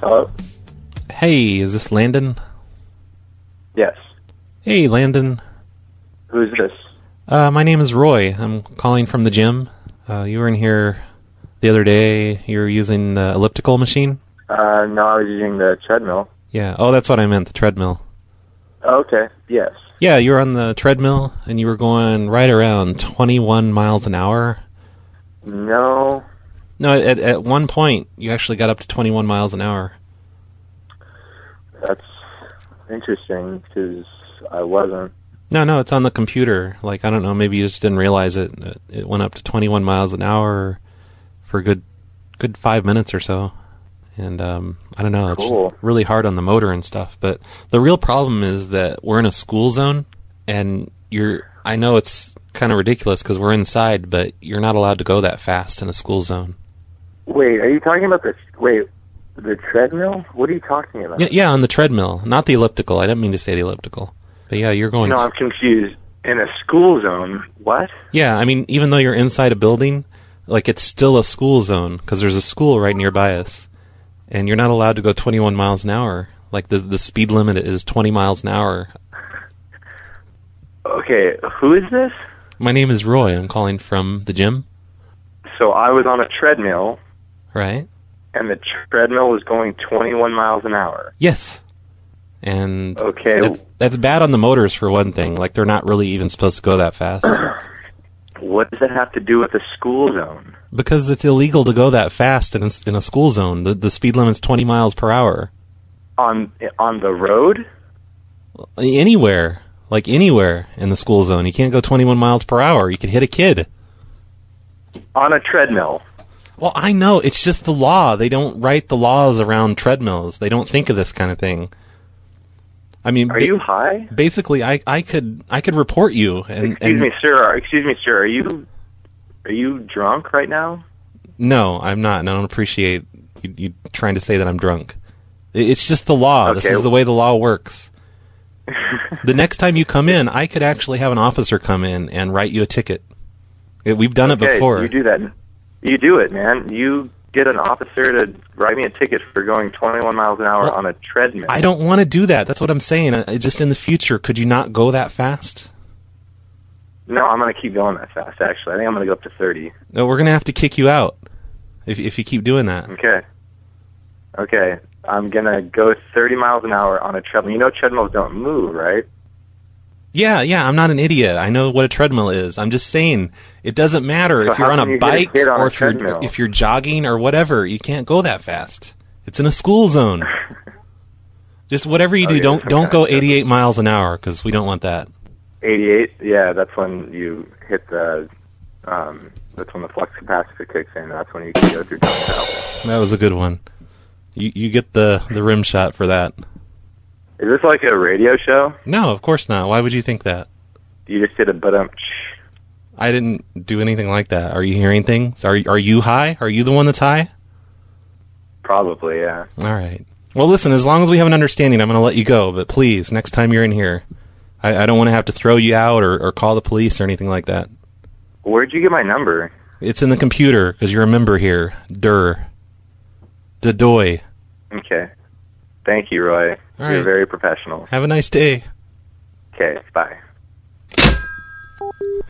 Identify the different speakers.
Speaker 1: Hello?
Speaker 2: Hey, is this Landon?
Speaker 1: Yes.
Speaker 2: Hey, Landon.
Speaker 1: Who's this?
Speaker 2: Uh, my name is Roy. I'm calling from the gym. Uh, you were in here the other day. You were using the elliptical machine.
Speaker 1: Uh, no, I was using the treadmill. Oh,
Speaker 2: Yeah. Oh, that's what I meant. The treadmill.
Speaker 1: Okay, yes.
Speaker 2: Yeah, you were on the treadmill and you were going right around 21 miles an hour.
Speaker 1: No,
Speaker 2: No, at at one point you actually got up to 21 miles an hour.
Speaker 1: that's interesting because I wasn't.
Speaker 2: No, no, it's on the computer. Like I don't know, maybe you just didn't realize it. It- It went up to 21 miles an hour for a good good 5 minutes or so. And um I don't know, it's
Speaker 1: Cool.
Speaker 2: really hard on the motor and stuff, but the real problem is that we're in a school zone and you're I know it's kind of ridiculous cuz we're inside, but you're not allowed to go that fast in a school zone.
Speaker 1: Wait, are you talking about the wait the treadmill? What are you talking about?
Speaker 2: Yeah, yeah, on the treadmill, not the elliptical. I didn't mean to say the elliptical. But yeah, you're going
Speaker 1: No,
Speaker 2: to-
Speaker 1: I'm confused. In a school zone, what?
Speaker 2: Yeah, I mean, even though you're inside a building, like it's still a school zone because there's a school right nearby us, and you're not allowed to go 21 miles an hour. Like the the speed limit is 20 miles an hour.
Speaker 1: Okay, who is this?
Speaker 2: My name is Roy. I'm calling from the gym,
Speaker 1: So I was on a treadmill,
Speaker 2: right?
Speaker 1: and the treadmill was going 21 miles an hour.
Speaker 2: Yes. And
Speaker 1: Okay,
Speaker 2: that's, that's bad on the motors for one thing. Like they're not really even supposed to go that fast
Speaker 1: what does that have to do with the school zone?
Speaker 2: because it's illegal to go that fast in a, s- in a school zone. The the speed limit's 20 miles per hour.
Speaker 1: On on the road?
Speaker 2: anywhere, like anywhere in the school zone. You can't go 21 miles per hour. You could hit a kid.
Speaker 1: On a treadmill.
Speaker 2: Well, I know it's just the law. They don't write the laws around treadmills. They don't think of this kind of thing. I mean,
Speaker 1: Are
Speaker 2: ba-
Speaker 1: you high?
Speaker 2: basically, I, I could I could report you. And,
Speaker 1: Excuse
Speaker 2: and-
Speaker 1: me, sir. Excuse me, sir. Are you are you drunk right now?
Speaker 2: No, I'm not, and I don't appreciate you, you trying to say that I'm drunk. I- It's just the law. This
Speaker 1: Okay.
Speaker 2: is the way the law works. the next time you come in, I could actually have an officer come in and write you a ticket. Yeah, We've done it
Speaker 1: Okay,
Speaker 2: before.
Speaker 1: you do that. You do it, man. You get an officer to write me a ticket for going 21 miles an hour
Speaker 2: Well,
Speaker 1: on a treadmill.
Speaker 2: I don't want to do that. That's what I'm saying. I, I just in the future, could you not go that fast?
Speaker 1: no, I'm going to keep going that fast. Actually, I think I'm going to go up to 30.
Speaker 2: No, we're gonna have to kick you out if if you keep doing that.
Speaker 1: Okay. Okay. I'm going to go 30 miles an hour on a treadmill. You know treadmills don't move, right?
Speaker 2: Yeah, yeah. I'm not an idiot. I know what a treadmill is. I'm just saying it doesn't matter
Speaker 1: So
Speaker 2: if you're
Speaker 1: how
Speaker 2: on
Speaker 1: can
Speaker 2: a
Speaker 1: you hit a
Speaker 2: bike
Speaker 1: kid on
Speaker 2: or
Speaker 1: a
Speaker 2: if you're
Speaker 1: treadmill?
Speaker 2: if you're jogging or whatever. You can't go that fast. It's in a school zone. just whatever you do,
Speaker 1: Oh, yeah,
Speaker 2: don't
Speaker 1: some
Speaker 2: don't
Speaker 1: kind of
Speaker 2: go 88 miles an hour because we don't want that.
Speaker 1: 88. Yeah, that's when you hit the. Um, that's when the flux capacitor kicks in. That's when you can go through jump travel.
Speaker 2: That was a good one. You you get the the rim shot for that.
Speaker 1: Is this like a radio show?
Speaker 2: No, of course not. Why would you think that?
Speaker 1: You just did a but um.
Speaker 2: I didn't do anything like that. Are you hearing things? Are are you high? Are you the one that's high?
Speaker 1: Probably, yeah.
Speaker 2: All right. Well, listen. As long as we have an understanding, I'm going to let you go. But please, next time you're in here, I, I don't want to have to throw you out or, or call the police or anything like that.
Speaker 1: Where'd you get my number?
Speaker 2: It's in the computer because you're a member here. Dur. Dadoy.
Speaker 1: Okay. Thank you, Roy.
Speaker 2: All
Speaker 1: You're
Speaker 2: right.
Speaker 1: very professional.
Speaker 2: Have a nice day.
Speaker 1: Okay, bye.